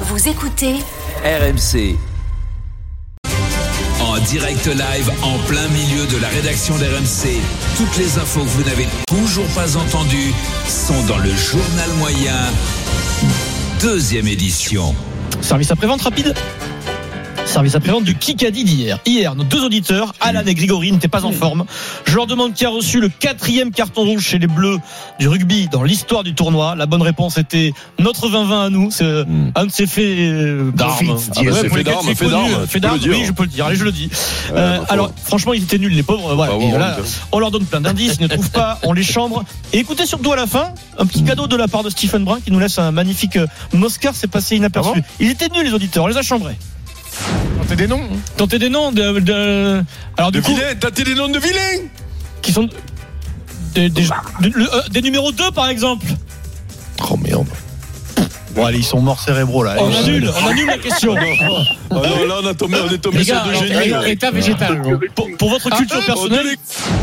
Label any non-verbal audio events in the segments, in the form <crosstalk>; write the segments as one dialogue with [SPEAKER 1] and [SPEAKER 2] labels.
[SPEAKER 1] Vous écoutez
[SPEAKER 2] RMC. En direct live, en plein milieu de la rédaction d'RMC, toutes les infos que vous n'avez toujours pas entendues sont dans le journal moyen, deuxième édition.
[SPEAKER 3] Service après-vente rapide Service après-vente du Kikadi d'hier. Hier, nos deux auditeurs, Alan et Grégory, n'étaient pas en forme. Je leur demande qui a reçu le quatrième carton rouge chez les Bleus du rugby dans l'histoire du tournoi. La bonne réponse était notre 20-20 à nous. C'est euh, un de ces faits euh,
[SPEAKER 4] Hmm. D'armes.
[SPEAKER 3] d'armes.
[SPEAKER 4] Ah ouais, c'est
[SPEAKER 3] pour
[SPEAKER 4] fait
[SPEAKER 3] lesquels
[SPEAKER 4] d'armes,
[SPEAKER 3] c'est
[SPEAKER 4] fait
[SPEAKER 3] connu.
[SPEAKER 4] d'armes, tu
[SPEAKER 3] Fait
[SPEAKER 4] peux
[SPEAKER 3] d'armes,
[SPEAKER 4] le dire.
[SPEAKER 3] oui, je peux le dire. Allez, je le dis. Euh,
[SPEAKER 4] bah, faut-
[SPEAKER 3] alors, franchement, ils étaient nuls, les pauvres. Voilà.
[SPEAKER 4] Bah,
[SPEAKER 3] Et
[SPEAKER 4] ouais,
[SPEAKER 3] voilà,
[SPEAKER 4] ouais.
[SPEAKER 3] on leur donne plein d'indices, ils ne trouvent pas, on les chambre. Et écoutez surtout à la fin, un petit cadeau de la part de Stephen Brun qui nous laisse un magnifique euh, Moscar. C'est passé inaperçu.
[SPEAKER 4] Ah bon
[SPEAKER 3] ils étaient nuls, les auditeurs. On les a chambrés.
[SPEAKER 4] T'as des noms hein.
[SPEAKER 3] Tentez des noms de, de- alors
[SPEAKER 4] De
[SPEAKER 3] du coup
[SPEAKER 4] vilains T'as des noms de vilains
[SPEAKER 3] qui sont des, des,
[SPEAKER 4] Bah.
[SPEAKER 3] de- le- euh, des numéros 2 par exemple.
[SPEAKER 4] Oh merde.
[SPEAKER 5] Bon, allez, ils sont morts cérébraux là.
[SPEAKER 3] On
[SPEAKER 5] Allez,
[SPEAKER 3] annule, on annule la question.
[SPEAKER 4] <laughs> Oh non, là, on a tombé, on est tombé
[SPEAKER 3] Les
[SPEAKER 4] sur
[SPEAKER 3] gars,
[SPEAKER 4] deux
[SPEAKER 3] alors,
[SPEAKER 4] génies. là.
[SPEAKER 6] État végétal.
[SPEAKER 3] Pour, pour votre culture
[SPEAKER 4] On est
[SPEAKER 3] personnelle,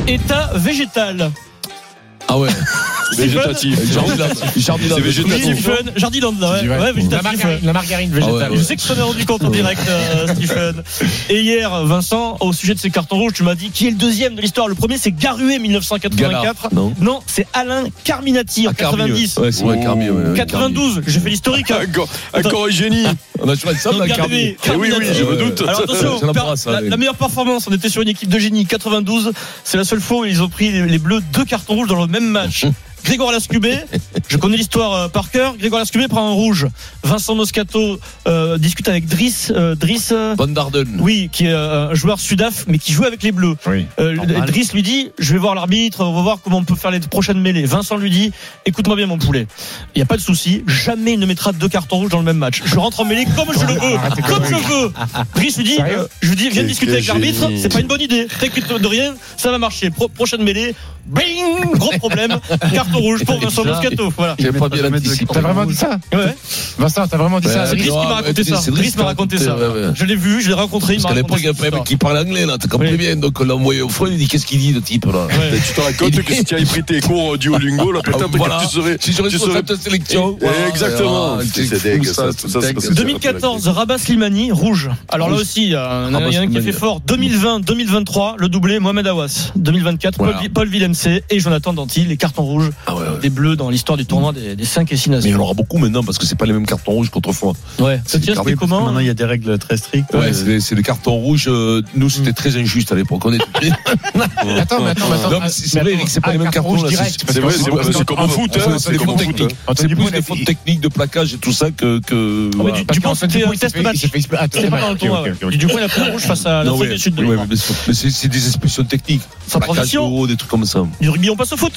[SPEAKER 4] les
[SPEAKER 3] état végétal.
[SPEAKER 5] Ah ouais,
[SPEAKER 4] végétatifs. C'est
[SPEAKER 3] Oui,
[SPEAKER 4] végétatif.
[SPEAKER 3] Stephen, Jardiland, ouais, ouais,
[SPEAKER 6] La
[SPEAKER 3] végétatif. ouais.
[SPEAKER 6] margarine, la margarine végétale.
[SPEAKER 5] Ah ouais,
[SPEAKER 3] Je sais que tu t'en es rendu compte en direct, euh, Stephen. Et hier, Vincent, au sujet de ces cartons rouges, tu m'as dit qui est le deuxième de l'histoire. Le premier, c'est Garué 1984.
[SPEAKER 5] non
[SPEAKER 3] Non, c'est Alain Carminati en 90.
[SPEAKER 5] Ah, Ouais, Euh, c'est vrai, Carmi. ouais, ouais,
[SPEAKER 3] 92, j'ai fait l'historique. hein.
[SPEAKER 4] Encore, encore un génie.
[SPEAKER 5] Carmi. On a toujours dit ça,
[SPEAKER 3] Donc,
[SPEAKER 5] la
[SPEAKER 3] Garbi,
[SPEAKER 5] Carmi.
[SPEAKER 4] Eh oui, oui, je me doute.
[SPEAKER 3] Alors attention,
[SPEAKER 5] C'est la
[SPEAKER 3] per-
[SPEAKER 5] brasse,
[SPEAKER 3] la,
[SPEAKER 4] hein,
[SPEAKER 5] allez.
[SPEAKER 3] la meilleure performance, on était sur une équipe de génie 92. C'est la seule fois où ils ont pris les, les bleus deux cartons rouges dans le même
[SPEAKER 4] <laughs>
[SPEAKER 3] match. Grégoire Lascubé, je connais l'histoire euh, par cœur. Grégoire Lascubé prend un rouge. Vincent Moscato euh, discute avec Driss. euh, Driss euh,
[SPEAKER 5] Van Darden.
[SPEAKER 3] oui, qui est euh, un joueur sudaf, mais qui joue avec les Bleus.
[SPEAKER 6] Oui.
[SPEAKER 3] Euh,
[SPEAKER 5] Normal.
[SPEAKER 3] Driss lui dit Je vais voir l'arbitre, on va voir comment on peut faire les prochaines mêlées. Vincent lui dit Écoute-moi bien, mon poulet, il n'y a pas de souci, jamais il ne mettra deux cartons rouges dans le même match. Je rentre en mêlée comme je le veux, comme je veux. Driss lui dit
[SPEAKER 6] Sérieux
[SPEAKER 3] euh, Je lui dis, viens
[SPEAKER 4] Quel-
[SPEAKER 3] discuter
[SPEAKER 4] quel
[SPEAKER 3] avec l'arbitre,
[SPEAKER 4] génie.
[SPEAKER 3] c'est pas une bonne idée. T'inquiète de rien, ça va marcher. Pro- prochaine mêlée, bing Gros problème, carton rouge pour Vincent Moscato. Voilà.
[SPEAKER 5] J'ai pas bien anticipé.
[SPEAKER 6] T'as vraiment dit ça
[SPEAKER 3] Ouais.
[SPEAKER 6] Vincent, t'as vraiment dit ça
[SPEAKER 5] Ouais,
[SPEAKER 3] C'est Driss qui m'a raconté
[SPEAKER 5] c'est
[SPEAKER 3] ça.
[SPEAKER 5] Driss
[SPEAKER 3] Driss m'a raconté ça.
[SPEAKER 5] ouais, ouais.
[SPEAKER 3] Je l'ai vu, je l'ai rencontré. il
[SPEAKER 5] Parce
[SPEAKER 3] m'a
[SPEAKER 5] qu'à l'époque, il y
[SPEAKER 3] raconté
[SPEAKER 5] avait un
[SPEAKER 3] cette
[SPEAKER 5] mec qui parle anglais, là, t'as compris
[SPEAKER 3] Oui.
[SPEAKER 5] bien. Donc, on l'a envoyé au front, il dit qu'est-ce qu'il dit, le type, là
[SPEAKER 3] histoire. Ouais.
[SPEAKER 4] Tu te racontes que si tu avais pris tes cours Duolingo, là,
[SPEAKER 5] Ah,
[SPEAKER 4] peut-être
[SPEAKER 5] voilà.
[SPEAKER 4] que tu serais.
[SPEAKER 5] <laughs> Si je
[SPEAKER 4] tu
[SPEAKER 5] reste
[SPEAKER 4] serais-
[SPEAKER 5] responsable de sélection.
[SPEAKER 4] Eh, exactement.
[SPEAKER 5] Ah,
[SPEAKER 4] C'est
[SPEAKER 5] c'est fou,
[SPEAKER 4] dingue,
[SPEAKER 5] ça,
[SPEAKER 4] ça,
[SPEAKER 5] c'est
[SPEAKER 4] ça, c'est
[SPEAKER 5] dingue.
[SPEAKER 4] parce que-
[SPEAKER 3] 2014, Rabat Slimani, rouge. Alors là aussi, il y a un, il y en a un qui a fait fort. 2020, 2023, le doublé Mohamed Awas. 2024, Paul
[SPEAKER 5] Voilà.
[SPEAKER 3] Vi- Paul Villemc et Jonathan Danti, les cartons rouges
[SPEAKER 5] Ah ouais, ouais.
[SPEAKER 3] des bleus dans l'histoire du tournoi des, 5 et 6
[SPEAKER 5] Mais il y en
[SPEAKER 3] nations.
[SPEAKER 5] aura beaucoup maintenant parce que c'est pas les mêmes cartons rouges qu'autrefois.
[SPEAKER 3] Ouais. Ce tir,
[SPEAKER 5] carré,
[SPEAKER 3] c'était comment
[SPEAKER 5] parce que
[SPEAKER 3] hein
[SPEAKER 5] maintenant, Ouais. il
[SPEAKER 6] y a des règles très strictes.
[SPEAKER 5] Ouais, c'est c'est les cartons rouges. euh, Nous, c'était très injuste à l'époque. On est
[SPEAKER 6] Attends, mais attends, mais attends.
[SPEAKER 5] Non, mais c'est- c'est vrai, Eric, c'est pas les mêmes cartons, là, c'est-
[SPEAKER 4] C'est vrai, c'est vrai, c'est comme un foot. hein,
[SPEAKER 5] c'est des
[SPEAKER 4] comme
[SPEAKER 5] fautes
[SPEAKER 4] un foot,
[SPEAKER 5] techniques.
[SPEAKER 4] hein.
[SPEAKER 5] C'est
[SPEAKER 6] Anthony
[SPEAKER 5] plus
[SPEAKER 6] Bourne
[SPEAKER 5] des
[SPEAKER 6] a
[SPEAKER 5] fautes
[SPEAKER 6] dit-
[SPEAKER 5] techniques de plaquage et tout ça que. que
[SPEAKER 3] Ah, mais
[SPEAKER 5] voilà.
[SPEAKER 3] du- Dupont, c'était un test match. C'était pas dans le tournoi. ouais. Du coup, il a pris un rouge face à
[SPEAKER 5] Non,
[SPEAKER 3] l'Afrique
[SPEAKER 5] ouais,
[SPEAKER 3] du Sud de
[SPEAKER 5] ouais,
[SPEAKER 3] mémoire.
[SPEAKER 5] mais c'est- mais c'est c'est des expressions techniques.
[SPEAKER 3] Sans
[SPEAKER 5] Plaquage
[SPEAKER 3] transition.
[SPEAKER 5] haut, des trucs comme ça.
[SPEAKER 3] Du rugby, on passe au foot.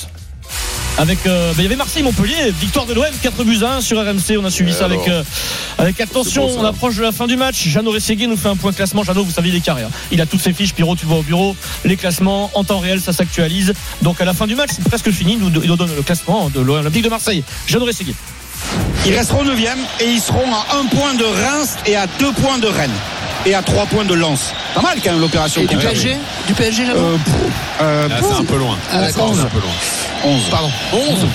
[SPEAKER 3] Avec, euh, ben, il y avait Marseille-Montpellier, victoire de l'OM, 4 buts à 1 sur RMC. On a suivi
[SPEAKER 4] Et
[SPEAKER 3] ça
[SPEAKER 4] alors
[SPEAKER 3] avec, euh, avec attention.
[SPEAKER 4] C'est beau, ça.
[SPEAKER 3] on approche de la fin du match. Jeannot Rességuier nous fait un point classement. Jeannot, vous savez, il est carré. hein. Il a toutes ses fiches. Pierrot, tu le vois au bureau. Les classements en temps réel, ça s'actualise. Donc à la fin du match, c'est presque fini. Il nous, il nous donne le classement de l'Olympique de Marseille. Jeannot Rességuier.
[SPEAKER 7] Ils resteront 9 et ils seront à un point de Reims et à deux points de Rennes et à trois points de Lens. Pas mal quand même l'opération. Du PSG Du PSG euh, pff, euh,
[SPEAKER 4] Ah, C'est un peu loin.
[SPEAKER 7] euh, 11. 11. Pardon. 11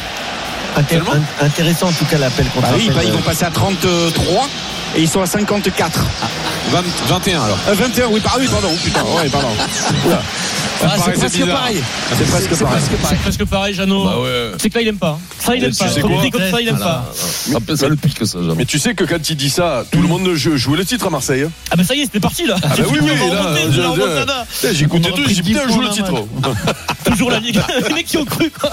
[SPEAKER 6] Intéressant en tout cas l'appel qu'on
[SPEAKER 7] Bah oui, bah, ils vont passer à 33 et ils sont à 54.
[SPEAKER 4] 21 alors.
[SPEAKER 7] Euh, 21, oui, par- ah oui, pardon, oh, putain, ouais, pardon. Oula. Ça me paraissait bizarre. C'est presque pareil.
[SPEAKER 3] C'est presque pareil, Jeannot.
[SPEAKER 5] Bah ouais.
[SPEAKER 3] C'est que là, il aime pas. hein. Ça, il
[SPEAKER 5] Mais
[SPEAKER 3] aime
[SPEAKER 5] tu
[SPEAKER 3] pas.
[SPEAKER 5] sais
[SPEAKER 3] Comme
[SPEAKER 5] quoi
[SPEAKER 3] il dit comme ça, il aime
[SPEAKER 5] Voilà.
[SPEAKER 3] pas.
[SPEAKER 5] Ça peut- Ça le pique, ça, jamais.
[SPEAKER 4] Mais tu sais que quand il dit ça, tout le monde joue, jouait le titre à Marseille. hein.
[SPEAKER 3] Ah, ben ça y est, c'était parti là.
[SPEAKER 4] Ah bah oui, oui,
[SPEAKER 3] On va
[SPEAKER 4] là,
[SPEAKER 3] remonter,
[SPEAKER 4] je-
[SPEAKER 3] la
[SPEAKER 4] je-
[SPEAKER 3] remontada.
[SPEAKER 4] Putain, J'écoutais
[SPEAKER 3] On
[SPEAKER 4] tout,
[SPEAKER 3] aurait
[SPEAKER 4] j'ai dit
[SPEAKER 3] pris
[SPEAKER 4] putain,
[SPEAKER 3] 10
[SPEAKER 4] joue le
[SPEAKER 3] points
[SPEAKER 4] titre.
[SPEAKER 3] dans Toujours la Ligue 1. Les mecs qui ont cru, quoi.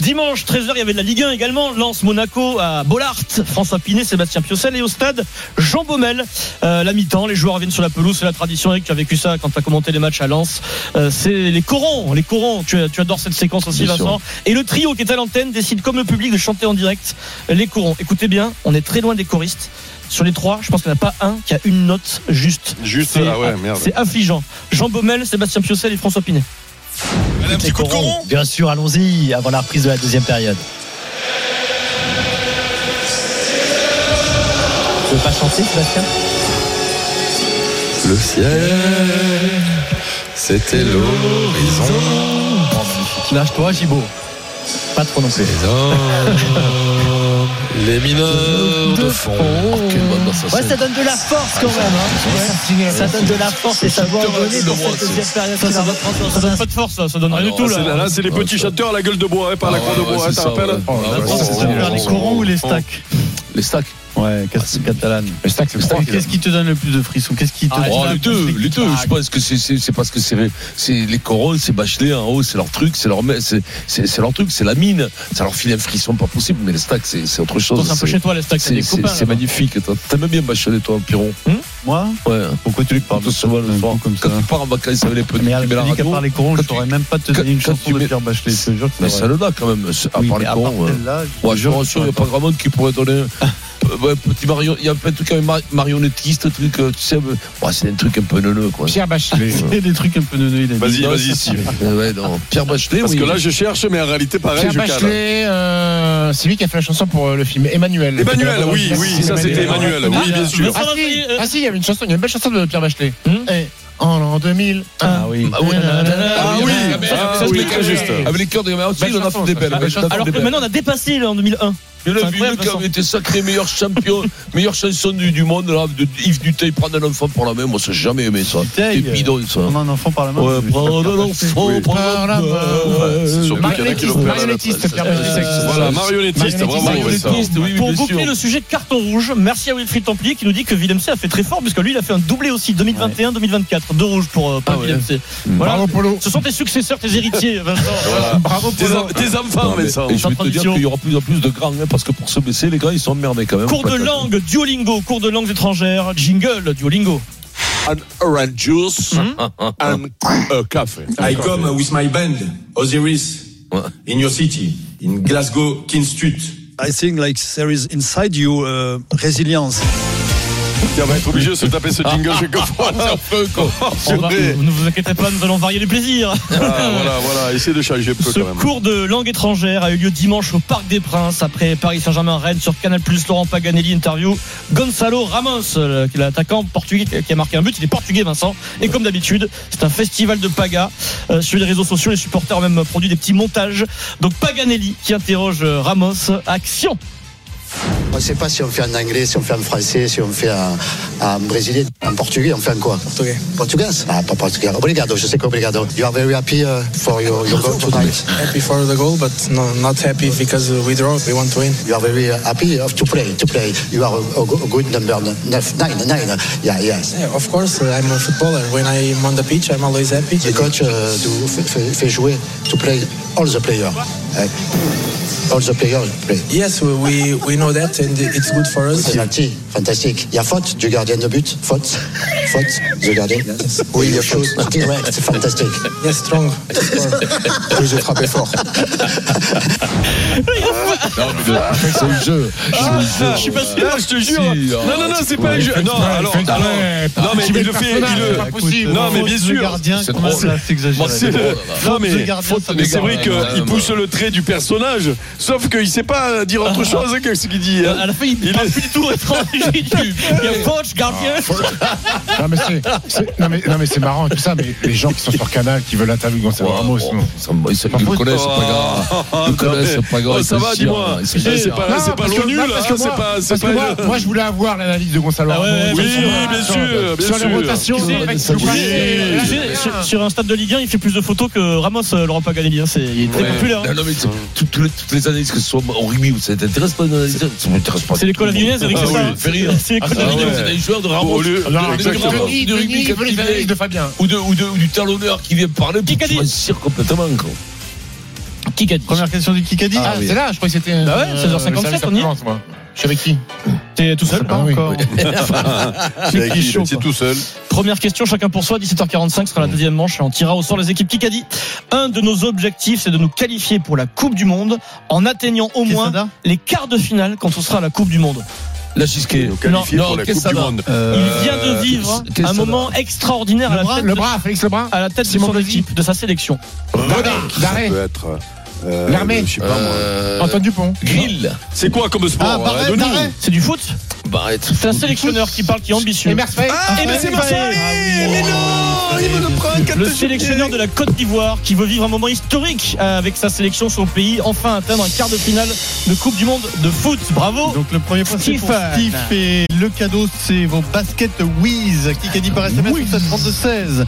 [SPEAKER 3] Dimanche, 13h, il y avait de la Ligue 1 également. Lance Monaco à Bollard. François Pinet, Sébastien Piocel. Et au stade, Jean Baumel. Euh, la mi-temps, les joueurs reviennent sur la pelouse. C'est la tradition. Eric, tu as vécu ça quand tu as commenté les matchs à Lens. Euh, c'est les corons. Les corons. Tu, tu adores cette séquence aussi,
[SPEAKER 5] Bien sûr.
[SPEAKER 3] Vincent. Et le trio qui est à l'antenne décide, comme le public, de chanter en direct les corons. Écoutez bien, on est très loin des choristes. Sur les trois, je pense qu'il n'y en a pas un qui a une note juste. ah,
[SPEAKER 4] Juste
[SPEAKER 3] C'est-
[SPEAKER 4] là, ah ouais, merde.
[SPEAKER 3] C'est affligeant. Jean Baumel, Sébastien Piocel et François Pinet.
[SPEAKER 4] Un petit coup de coron
[SPEAKER 6] Bien sûr, allons-y avant la reprise de la deuxième période. Tu veux pas chanter, Sébastien
[SPEAKER 8] Le ciel, c'était l'horizon.
[SPEAKER 6] Lâche-toi, Gibo. Pas trop non plus.
[SPEAKER 8] Les hommes Les mineurs de fond. Oh, quelle bonne sensation.
[SPEAKER 6] Ouais, ça donne de la force quand même. hein. Ouais. Ça donne de la force et ça va en donner
[SPEAKER 8] Le
[SPEAKER 6] pour
[SPEAKER 8] roi,
[SPEAKER 6] cette
[SPEAKER 8] c'est-
[SPEAKER 6] deuxième période.
[SPEAKER 3] Ça, ça donne- ça donne pas de force, là. Ça
[SPEAKER 6] Ah,
[SPEAKER 3] donne rien du
[SPEAKER 8] non,
[SPEAKER 3] tout,
[SPEAKER 4] C'est-
[SPEAKER 3] là.
[SPEAKER 4] Là, c'est les petits
[SPEAKER 8] Ouais,
[SPEAKER 4] chanteurs à la gueule de bois, hein, par la
[SPEAKER 8] Ah,
[SPEAKER 4] croix
[SPEAKER 8] ouais,
[SPEAKER 4] de bois,
[SPEAKER 8] ouais,
[SPEAKER 4] hein,
[SPEAKER 8] c'est
[SPEAKER 4] t'en
[SPEAKER 8] ça, ouais.
[SPEAKER 4] rappelles
[SPEAKER 8] Oh,
[SPEAKER 3] La
[SPEAKER 8] ouais,
[SPEAKER 3] France,
[SPEAKER 8] c'est
[SPEAKER 3] ça
[SPEAKER 8] ça,
[SPEAKER 3] peut faire
[SPEAKER 8] ouais,
[SPEAKER 3] les
[SPEAKER 8] ouais,
[SPEAKER 3] corons
[SPEAKER 8] ouais.
[SPEAKER 3] ou les stacks
[SPEAKER 5] Les stacks.
[SPEAKER 6] Ah, Ouais, catalane. Qu'est-ce qui te donne le plus de frissons Qu'est-ce qui te
[SPEAKER 5] Ah,
[SPEAKER 6] donne
[SPEAKER 5] les deux, les deux.
[SPEAKER 6] Ah,
[SPEAKER 5] Je pense que c'est- c'est c'est parce que c'est c'est les corons, c'est Bachelet en haut, c'est leur truc, c'est leur me- c'est c'est- c'est leur truc, c'est la mine. Ça leur file un frisson pas possible, mais les stacks c'est c'est autre
[SPEAKER 3] Toi,
[SPEAKER 5] chose.
[SPEAKER 3] C'est un peu
[SPEAKER 5] C'est-
[SPEAKER 3] chez toi, les stacks. C'est
[SPEAKER 5] C'est
[SPEAKER 3] des
[SPEAKER 5] c'est-
[SPEAKER 3] copains.
[SPEAKER 5] c'est
[SPEAKER 3] là-bas.
[SPEAKER 5] magnifique. T'as- T'aimes bien Bachelet toi, Piron.
[SPEAKER 6] Hmm Moi
[SPEAKER 5] Ouais.
[SPEAKER 6] Pourquoi tu lui
[SPEAKER 5] Quand
[SPEAKER 6] parles
[SPEAKER 5] tu te vois le
[SPEAKER 6] d'un
[SPEAKER 5] soir,
[SPEAKER 6] coup comme ça
[SPEAKER 5] quand tu pars en vacances avec les petits, tu
[SPEAKER 6] Mais
[SPEAKER 5] mets la
[SPEAKER 6] alors, à
[SPEAKER 5] radio.
[SPEAKER 6] part les corons, je
[SPEAKER 5] Quand
[SPEAKER 6] saurais
[SPEAKER 5] tu-
[SPEAKER 6] même pas te
[SPEAKER 5] quand-
[SPEAKER 6] donner une
[SPEAKER 5] quand
[SPEAKER 6] chanson
[SPEAKER 5] tu
[SPEAKER 6] de
[SPEAKER 5] mets-
[SPEAKER 6] Pierre Bachelet. Je te jure que
[SPEAKER 5] Mais
[SPEAKER 6] c'est vrai.
[SPEAKER 5] celle-là quand même, c'est- à
[SPEAKER 6] Oui,
[SPEAKER 5] part
[SPEAKER 6] mais
[SPEAKER 5] les
[SPEAKER 6] à part
[SPEAKER 5] corons. ouais.
[SPEAKER 6] celle-là, je
[SPEAKER 5] Ouais, je
[SPEAKER 6] te
[SPEAKER 5] te
[SPEAKER 6] jure,
[SPEAKER 5] rassure, il n'y a pas grand monde qui pourrait donner.
[SPEAKER 6] <laughs>
[SPEAKER 5] un ouais, petit marion, il y a plein de trucs avec mar- marionnettiste, truc, euh, tu sais, euh, ouais, c'est un truc un peu neuneux, quoi.
[SPEAKER 1] Pierre Bachelet.
[SPEAKER 6] Il y a des trucs un peu neuneux, il a dit.
[SPEAKER 4] Vas-y,
[SPEAKER 5] Non,
[SPEAKER 4] vas-y,
[SPEAKER 5] c'est-
[SPEAKER 4] Steve.
[SPEAKER 5] Euh, ouais, non. Pierre Bachelet,
[SPEAKER 4] Parce
[SPEAKER 5] oui.
[SPEAKER 4] que là, je cherche, mais en réalité, pareil,
[SPEAKER 1] Pierre
[SPEAKER 4] je cale.
[SPEAKER 1] Bachelet, euh, c'est lui qui a fait la chanson pour euh, le film Emmanuel.
[SPEAKER 4] Emmanuel,
[SPEAKER 1] C'était la
[SPEAKER 4] oui,
[SPEAKER 1] bande-
[SPEAKER 4] oui, ça c'était Emmanuel, oui, bien sûr.
[SPEAKER 1] Ah si, ah si, il y avait une chanson, il y a une belle chanson de Pierre Bachelet.
[SPEAKER 3] Hum.
[SPEAKER 1] Eh, En l'an 2000.
[SPEAKER 6] Ah oui.
[SPEAKER 5] Ah oui,
[SPEAKER 4] Ah oui, ah
[SPEAKER 3] Ça, c'est
[SPEAKER 4] oui,
[SPEAKER 3] très
[SPEAKER 4] très juste.
[SPEAKER 5] Avec les cœurs de gamin,
[SPEAKER 1] Belle
[SPEAKER 5] on en a fait
[SPEAKER 1] chanson,
[SPEAKER 5] des
[SPEAKER 1] ça,
[SPEAKER 5] belles.
[SPEAKER 6] Bah,
[SPEAKER 1] belle
[SPEAKER 5] ouais, on en
[SPEAKER 1] chanson.
[SPEAKER 5] a fait
[SPEAKER 3] Alors
[SPEAKER 5] des
[SPEAKER 3] que
[SPEAKER 5] belles.
[SPEAKER 3] maintenant, on a dépassé, là, en 2001.
[SPEAKER 5] Il y en a
[SPEAKER 3] c'est
[SPEAKER 5] vu une
[SPEAKER 3] incroyable,
[SPEAKER 5] qui
[SPEAKER 3] Vincent.
[SPEAKER 5] avait été sacré meilleur champion, meilleure chanson du, du monde, là, de Yves Duteil, prendre un enfant par la main. Moi, ça, j'ai jamais aimé ça.
[SPEAKER 6] Duteil,
[SPEAKER 5] C'est bidon,
[SPEAKER 3] euh,
[SPEAKER 5] ça.
[SPEAKER 6] On a un enfant par Oh, la main.
[SPEAKER 5] Ouais, prendre un enfant par
[SPEAKER 1] Par la
[SPEAKER 5] la
[SPEAKER 3] ah,
[SPEAKER 1] main.
[SPEAKER 3] euh,
[SPEAKER 5] main.
[SPEAKER 4] C'est surtout qu'il y en a qui l'ont
[SPEAKER 1] Marionnettiste,
[SPEAKER 4] fait à la
[SPEAKER 1] marionnettiste, Pierre Bachelet.
[SPEAKER 5] Euh,
[SPEAKER 4] Voilà, marionnettiste,
[SPEAKER 1] Marionnettiste,
[SPEAKER 4] bravo, ouais, ça.
[SPEAKER 5] Marionnettiste, oui, oui,
[SPEAKER 3] Pour
[SPEAKER 5] bien sûr.
[SPEAKER 3] boucler le sujet carton rouge, merci à Wilfried Templier qui nous dit que Villemc a fait très fort puisque lui il a fait un doublé aussi 2021-2024, deux rouges pour, euh, pour
[SPEAKER 5] Ah ouais.
[SPEAKER 3] Villemc. Voilà.
[SPEAKER 1] Bravo Polo.
[SPEAKER 3] Ce sont tes successeurs, tes
[SPEAKER 5] <laughs>
[SPEAKER 3] héritiers, Vincent.
[SPEAKER 1] Bravo
[SPEAKER 4] Tes
[SPEAKER 1] Polo.
[SPEAKER 4] en- Tes enfants, mais ça.
[SPEAKER 5] Et je vais te dire
[SPEAKER 3] tradition.
[SPEAKER 5] qu'il y aura plus en plus de grands, hein, parce que pour se blesser, les gars, ils sont emmerdés quand même.
[SPEAKER 3] Cours de langue, Duolingo, cours de langues étrangères, jingle, Duolingo.
[SPEAKER 9] an orange juice and a
[SPEAKER 4] euh,
[SPEAKER 9] coffee. I come with my band Osiris
[SPEAKER 5] Ouais.
[SPEAKER 9] in your city in Glasgow King Street.
[SPEAKER 10] I think like there is inside you uh, resilience.
[SPEAKER 4] Tiens, on va être obligé de se taper ce jingle chaque fois.
[SPEAKER 3] On va-
[SPEAKER 4] Purée.
[SPEAKER 3] ne vous inquiétez pas, nous allons varier les plaisirs. <laughs>
[SPEAKER 4] Ah, Voilà, voilà, essayez de changer un peu
[SPEAKER 3] Ce
[SPEAKER 4] quand même.
[SPEAKER 3] cours de langue étrangère a eu lieu dimanche au Parc des Princes après Paris Saint-Germain-Rennes sur Canal+. Laurent Paganelli interview Gonzalo Ramos, euh, qui est l'attaquant portugais qui a marqué un but. Il est portugais, Vincent. Et comme d'habitude, c'est un festival de paga. Euh, sur les réseaux sociaux, les supporters ont même produit des petits montages. Donc Paganelli qui interroge euh, Ramos. Action
[SPEAKER 4] Ah
[SPEAKER 11] On ne sait pas si on fait en anglais, si on fait en français, si on fait en, en brésilien, en portugais, on fait en quoi Portugais. Portugais Ah, pas portugais. Obrigado, je sais que obrigado. You are very happy uh, for your, your goal tonight.
[SPEAKER 10] Happy for the goal, but no, not happy because we draw. We want to win.
[SPEAKER 11] You are very uh, happy of to play, to play. You are a, a go- a good number nef- nine, nine. uh, Yeah, yes.
[SPEAKER 10] Yeah, of course, uh, I'm a footballer. When I'm on the pitch, I'm always happy.
[SPEAKER 11] The coach uh, do, fait, fait- fait jouer to play all the players. Eh, All the players play.
[SPEAKER 10] Yes, we, we we know that, and it's good for us.
[SPEAKER 11] Penalty, fantastique. Il y a faute du gardien de but, faute, faute, the gardien. Oui, il y a faute. Ouais, c'est fantastique.
[SPEAKER 10] Yes,
[SPEAKER 11] <laughs>
[SPEAKER 10] strong.
[SPEAKER 11] Je vais frapper fort.
[SPEAKER 3] Ah,
[SPEAKER 5] C'est le jeu.
[SPEAKER 3] Je suis pas sûr.
[SPEAKER 4] Là, Ah, je te jure. Non, non, non, c'est pas les jeux. Non, alors, alors, non, mais il le fait, il le.
[SPEAKER 6] possible.
[SPEAKER 1] euh,
[SPEAKER 4] Non, mais bien sûr.
[SPEAKER 6] gardien,
[SPEAKER 5] C'est
[SPEAKER 6] comment
[SPEAKER 5] drôle.
[SPEAKER 6] ça, c'est
[SPEAKER 4] Moi, c'est
[SPEAKER 6] exagéré.
[SPEAKER 4] le- Non, mais.
[SPEAKER 6] Le gardien, ça
[SPEAKER 4] Mais c'est vrai
[SPEAKER 5] Ouais, ouais,
[SPEAKER 4] qu'il
[SPEAKER 5] ouais.
[SPEAKER 4] pousse le trait du personnage, sauf qu'il sait pas dire autre chose que ce qu'il dit. hein.
[SPEAKER 3] À la fin, il
[SPEAKER 4] Il
[SPEAKER 3] parle
[SPEAKER 4] est- Ah,
[SPEAKER 3] plus du
[SPEAKER 4] <laughs>
[SPEAKER 3] tout étranger. Il y a coach, gardien.
[SPEAKER 1] Non mais c'est- c'est non, mais- non, mais c'est marrant et tout ça, mais les gens qui sont sur Canal, qui veulent l'interview de Gonzalo Ramos. non.
[SPEAKER 5] Ils le connaissent, c'est pas grave. Ils le connaissent, c'est pas grave.
[SPEAKER 4] Oh, ça
[SPEAKER 5] Ils sont
[SPEAKER 4] va,
[SPEAKER 5] chiants,
[SPEAKER 4] dis-moi.
[SPEAKER 5] hein, ils sont
[SPEAKER 4] Eh, C'est
[SPEAKER 5] chiants.
[SPEAKER 4] pas,
[SPEAKER 1] Non,
[SPEAKER 4] c'est pas
[SPEAKER 1] parce que-
[SPEAKER 4] l'ONU,
[SPEAKER 1] non,
[SPEAKER 4] là.
[SPEAKER 1] parce que
[SPEAKER 4] hein, C'est
[SPEAKER 1] moi-
[SPEAKER 4] pas,
[SPEAKER 1] parce
[SPEAKER 4] c'est
[SPEAKER 1] que
[SPEAKER 4] pas.
[SPEAKER 1] moi, moi, je voulais avoir l'analyse de Gonzalo
[SPEAKER 3] Ah ouais,
[SPEAKER 1] Ramos.
[SPEAKER 3] ouais,
[SPEAKER 4] Oui,
[SPEAKER 3] bien sûr.
[SPEAKER 4] bien sûr, bien
[SPEAKER 1] sur les
[SPEAKER 4] sûr.
[SPEAKER 1] rotations,
[SPEAKER 3] Tu sais,
[SPEAKER 1] avec
[SPEAKER 5] ça
[SPEAKER 1] Lucas
[SPEAKER 5] Oui.
[SPEAKER 3] Tu
[SPEAKER 1] et-
[SPEAKER 3] sais,
[SPEAKER 1] là,
[SPEAKER 3] tu
[SPEAKER 1] j'ai-
[SPEAKER 3] sais, sur, sur un stade de Ligue 1, il fait plus de photos que Ramos, euh, Laurent Paganelli. hein, c'est, il est très
[SPEAKER 5] Ouais.
[SPEAKER 3] populaire. hein.
[SPEAKER 5] Non, non, mais c'est- tout- tout les- toutes les analyses, que ce soit au rugby ou ça t'intéresse pas d'analyser, ça m'intéresse pas.
[SPEAKER 3] C'est l'école avignonnaise, Eric,
[SPEAKER 5] Ah
[SPEAKER 3] c'est ça
[SPEAKER 5] oui,
[SPEAKER 3] hein
[SPEAKER 5] fait rire.
[SPEAKER 3] C'est l'école
[SPEAKER 5] Ah ouais.
[SPEAKER 3] avignonnaise.
[SPEAKER 5] C'est des joueurs de
[SPEAKER 4] Au
[SPEAKER 5] Ramos,
[SPEAKER 4] lieu-
[SPEAKER 5] de-
[SPEAKER 4] Non,
[SPEAKER 5] de- de-
[SPEAKER 4] exactement.
[SPEAKER 5] de-
[SPEAKER 1] Denis,
[SPEAKER 5] de rugby
[SPEAKER 1] Denis, il veut les
[SPEAKER 5] capitaine,
[SPEAKER 1] analyses de Fabien.
[SPEAKER 5] ou de- ou de- ou du talonneur qui vient parler pour
[SPEAKER 3] Kikadi.
[SPEAKER 5] tu rassures complètement. quoi.
[SPEAKER 3] Qui a dit
[SPEAKER 6] Première question du Kikadi.
[SPEAKER 1] Ah, c'est là, je crois que c'était.
[SPEAKER 3] Bah ouais,
[SPEAKER 1] euh,
[SPEAKER 3] 16h57,
[SPEAKER 1] ça
[SPEAKER 3] on y est.
[SPEAKER 1] commence, moi. Je suis avec qui
[SPEAKER 3] T'es tout seul hein,
[SPEAKER 1] Ah oui. <laughs>
[SPEAKER 4] C'est
[SPEAKER 3] qui est chaud,
[SPEAKER 4] C'est
[SPEAKER 3] quoi.
[SPEAKER 4] tout seul.
[SPEAKER 3] Première question, chacun pour soi. 17h45 sera la deuxième manche et on tirera au sort les équipes Kikadi. Un de nos objectifs, c'est de nous qualifier pour la Coupe du Monde en atteignant au moins
[SPEAKER 6] Quesada
[SPEAKER 3] les quarts de finale quand on sera à la Coupe du Monde.
[SPEAKER 5] La Gisquet.
[SPEAKER 4] Nous qualifier
[SPEAKER 5] Non,
[SPEAKER 4] pour la
[SPEAKER 5] qu'est-ce
[SPEAKER 4] Coupe
[SPEAKER 5] que
[SPEAKER 4] du
[SPEAKER 5] ça va
[SPEAKER 4] Monde.
[SPEAKER 3] Il vient de vivre
[SPEAKER 5] Quesada.
[SPEAKER 3] un moment extraordinaire à la tête,
[SPEAKER 1] Le bras, Félix Lebrun
[SPEAKER 3] à la tête de
[SPEAKER 1] Simon
[SPEAKER 3] son
[SPEAKER 1] Gauzy.
[SPEAKER 3] équipe, de sa sélection.
[SPEAKER 1] D'arrêt.
[SPEAKER 4] peut être. euh,
[SPEAKER 1] L'armée.
[SPEAKER 4] Je sais pas moi.
[SPEAKER 3] Euh,
[SPEAKER 1] Antoine Dupont.
[SPEAKER 5] Grill.
[SPEAKER 4] euh, C'est quoi comme sport
[SPEAKER 6] Ah, Barret,
[SPEAKER 4] euh, Denis
[SPEAKER 6] Barret.
[SPEAKER 3] C'est du foot
[SPEAKER 5] bah arrête.
[SPEAKER 3] C'est un sélectionneur qui parle, qui est ambitieux.
[SPEAKER 6] Et Mercedes.
[SPEAKER 4] Ah,
[SPEAKER 3] ben
[SPEAKER 4] mais c'est Marseille Mais non Il me le prend, quatre
[SPEAKER 3] Le
[SPEAKER 4] de
[SPEAKER 3] sélectionneur de la Côte d'Ivoire qui veut vivre un moment historique euh, avec sa sélection, son pays, enfin atteindre un quart de finale de Coupe du Monde de foot. Bravo
[SPEAKER 12] Donc le premier point c'est pour
[SPEAKER 3] Stéphane.
[SPEAKER 12] Steve et le cadeau c'est vos baskets Wiz qui a dit par SMS au 16 32 16.